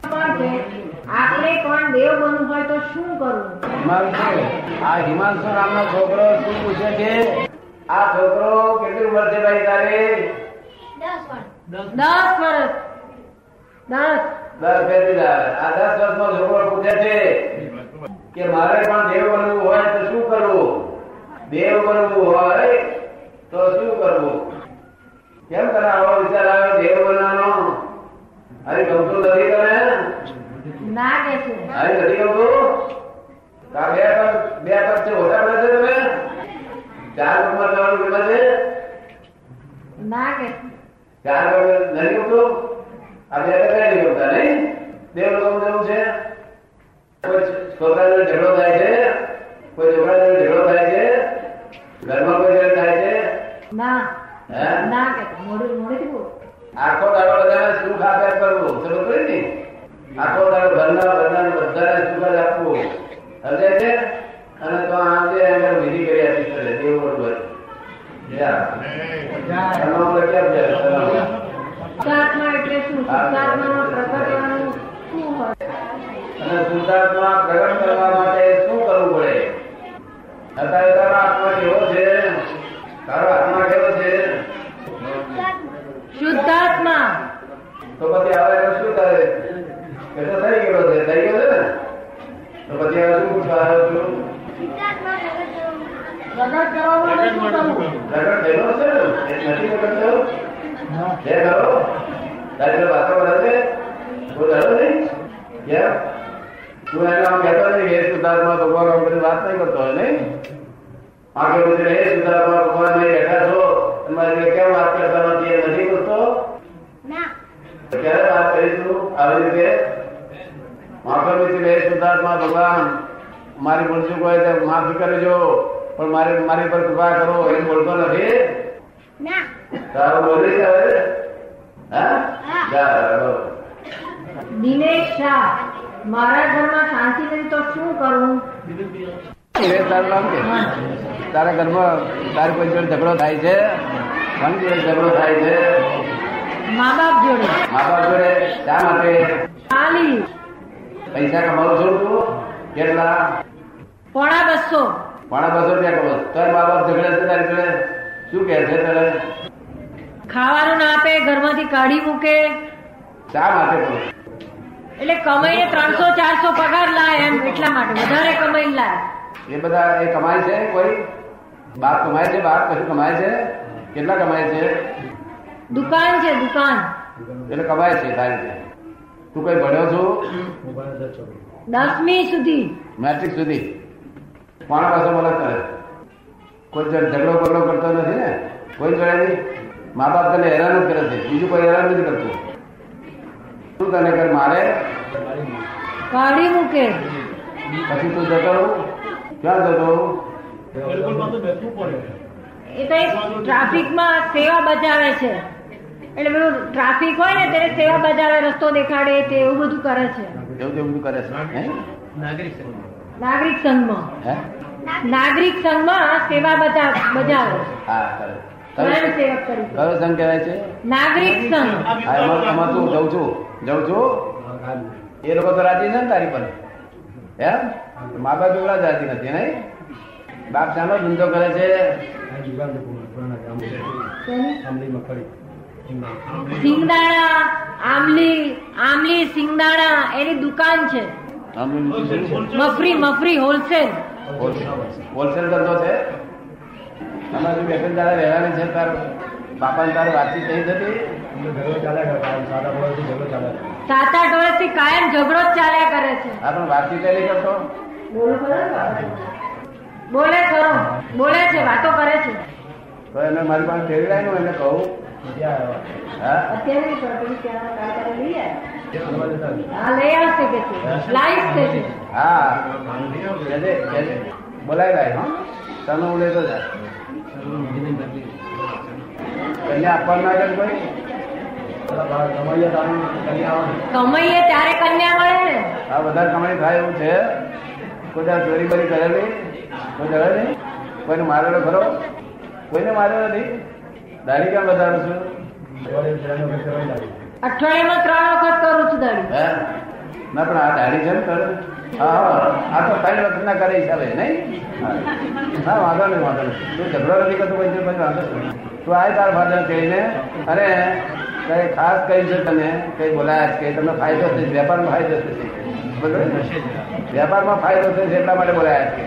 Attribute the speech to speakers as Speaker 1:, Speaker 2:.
Speaker 1: છે આપણે પણ દેવ બનવું હોય તો શું કરવું
Speaker 2: મારું છે આ હિમાંશુ નામનો છોકરો શું પૂછે છે આ છોકરો કેટલી ઉંમર છે ભાઈ તારી
Speaker 1: દસ વર્ષ દસ
Speaker 2: દસ પેટીદાર આ દસ વર્ષનો છોકરો પૂછે છે કે મારે પણ દેવ બનવું હોય તો શું કરવું દેવ બનવું હોય તો શું કરવું કેમ તને આવો વિચાર આવ્યો દેવ બનવાનો અરે ગમતું નથી તને
Speaker 1: ના કે છે
Speaker 2: અરે નથી ગમતું તારા બે પગ બે પગ છે હોટા પડે છે તમે ચાર પગમાં જવાનું કેટલા છે
Speaker 1: ના કે છે.
Speaker 2: ચાર પગ નથી ગમતું આ બે પગ કઈ નહીં ગમતા નહીં દેવ લોકો જવું છે કોઈ છોકરાને ઝઘડો થાય છે કોઈ છોકરાને ઝઘડો થાય છે ઘરમાં કોઈ ઝઘડો થાય છે
Speaker 1: ના
Speaker 2: હે?
Speaker 1: ના કે છે. મોઢું મોઢેથી બોલ.
Speaker 2: આખો દાડો બધાને સુખ આપ્યા કરવું સમજ પડી ને આખો દાડો ઘરના બધાને બધાને સુખ જ આપવું સમજાય છે અને તો આજે એને વિધિ કરી આપી છે દેવું બરોબર
Speaker 1: શુદ્ધાત્મા એટલે શું શુદ્ધાત્મામાં પ્રગટવાનું શું હોય
Speaker 2: અને શુદ્ધાત્મા પ્રગટ કરવા માટે શું કરવું પડે અત્યારે તારો આત્મા કેવો છે તારો આત્મા કેવો છે
Speaker 1: શુદ્ધાત્મા
Speaker 2: તો પછી આવે તો શું કરે કે તો થઈ ગયો છે થઈ ગયો છે ને તો પછી હવે શું પૂછવા આવ્યો છું
Speaker 1: પ્રગટ કરવા માટે શું કરવું
Speaker 2: લગ્ન થયેલો છે ને એ નથી લગ્ન થયો જે કરો તારી જોડે વાતો કરે છે કોઈ ધરો નહીં કેમ તું એને આમ કહેતો નહીં કે સુધારમાં ભગવાન આમ બધી વાત નહીં કરતો હોય નહીં આગળ બધું હે સુધારમાં ભગવાન નહીં બેઠા છો તમારી જોડે કેમ વાત કરતા નથી એ નથી કરતો ક્યારે વાત કરીશું આવી રીતે માફર મિત્ર હે શુદ્ધાત્મા ભગવાન મારી ભૂલ ચૂક હોય તો માફ કરજો પણ મારી મારી પર કૃપા કરો એમ બોલતો નથી તારું બોલી છે હવે હા જા બરાબર.
Speaker 1: દિનેશ શાહ મારા ઘરમાં શાંતિ નથી તો શું કરવું
Speaker 2: એ તારું નામ કે? તારા ઘરમાં તારી કોઈ જોડે ઝઘડો થાય છે કોની જોડે ઝઘડો થાય છે
Speaker 1: મા બાપ જોડે
Speaker 2: મા બાપ જોડે શા માટે
Speaker 1: ચાલી
Speaker 2: પૈસા કમાવું છું તું કેટલા
Speaker 1: પોણા બસો
Speaker 2: મારા બસો રૂપિયા કમાવું છું. તારા મા બાપ ઝઘડે છે તારી જોડે શું કહે છે તને
Speaker 1: ખાવાનું ના આપે ઘરમાંથી કાઢી મૂકે
Speaker 2: શા માટે બોલું?
Speaker 1: એટલે કમાઈને ત્રણસો ચારસો પગાર લાય એમ એટલા માટે વધારે કમાઈને લાય
Speaker 2: એ બધા એ કમાય છે કોઈ બાપ કમાય છે બાપ કશું કમાય છે કેટલા કમાય છે
Speaker 1: દુકાન છે દુકાન
Speaker 2: એટલે કમાય છે સારી રીતે તું કઈ ભણ્યો છું
Speaker 1: દસમી સુધી
Speaker 2: મેટ્રિક સુધી કોના પાસે મદદ કરે કોઈ જોડે ઝઘડો બગડો કરતો નથી ને કોઈ જોડે નહીં મા બાપ તને હેરાન જ કરે છે બીજું કોઈ હેરાન નથી કરતું તું તને કર મારે
Speaker 1: કાઢી મૂકે
Speaker 2: પછી તું જતો રહું ક્યાં જતો રહું
Speaker 1: એ તો એક ટ્રાફિકમાં સેવા બજાવે છે એટલે પેલું ટ્રાફિક હોય ને ત્યારે સેવા બજાવે રસ્તો દેખાડે તે એવું બધું કરે છે
Speaker 2: એવું તેવું બધું કરે છે હે?
Speaker 1: નાગરિક સંઘમાં
Speaker 2: હે
Speaker 1: નાગરિક સંઘમાં સેવા બજાવ બજાવે
Speaker 2: હા કરે
Speaker 1: સ્વયં
Speaker 2: કયો-
Speaker 1: સેવક તરીકે
Speaker 2: કયો સંઘ કહેવાય છે
Speaker 1: નાગરિક સંઘ
Speaker 2: હા, એમાં એમાં તું જઉં છું જઉં છું એ લોકો તો રાજી છે ને તારી પર એમ મા બાપ એવડા જ રાજી નથી નહીં બાપ શાનો ધંધો કરે છે
Speaker 1: સિંગદાણા આમલી આમલી સિંગદાણા એની દુકાન છે
Speaker 2: આમ શું?
Speaker 1: મફરી મફરી હોલસેલ
Speaker 2: હોલસેલ ધંધો છે આમાં શું બે ત્રણ દાડા રહેવાની છે તાર બાપા ને તારે વાતચીત થઈ હતી
Speaker 1: સાત આઠ વર્ષથી કાયમ ઝઘડો જ ચાલ્યા કરે છે
Speaker 2: હા પણ વાતચીત એ નહીં કરતો
Speaker 1: બોલે ખરો બોલે છે વાતો કરે છે
Speaker 2: તો એને મારી પાસે ફેરી લાવીને હું એને કહું હા
Speaker 1: અત્યારે હા લઈ આવશે કે છે લાઈફ કે છે
Speaker 2: હા એટલે એટલે બોલાય લાય હા તને હું લેતો જા કન્યા આપવાનું ના કરે કોઈ
Speaker 1: કમાઈએ ત્યારે કન્યા મળે ને
Speaker 2: આ વધારે કમાણી થાય એવું છે કોઈ દાડો ચોરી બરી કરેલી કોઈ ડરે નહીં કોઈને મારેલો ખરો કોઈને માર્યો નથી દાડી કેમ વધારું છું
Speaker 1: અઠવાડિયામાં ત્રણ વખત કરું છું દાડી
Speaker 2: હે ના પણ આ દાઢી છે ને કરે હા હા આ તો સાઈડ વખત ના કરે હિસાબે નહીં હા. હા વાંધો નહીં વાંધો નહીં તું ઝઘડો નથી કરતો કોઈ પછી વાંધો નહીં. તું આય તાર ફાધર કહીને અને કઈ ખાસ કહ્યું છે તને કઈ બોલાયા છે કે તમને ફાયદો થશે વેપારમાં ફાયદો થશે બરોબર ને? વેપારમાં ફાયદો થશે એટલા માટે બોલાયા છે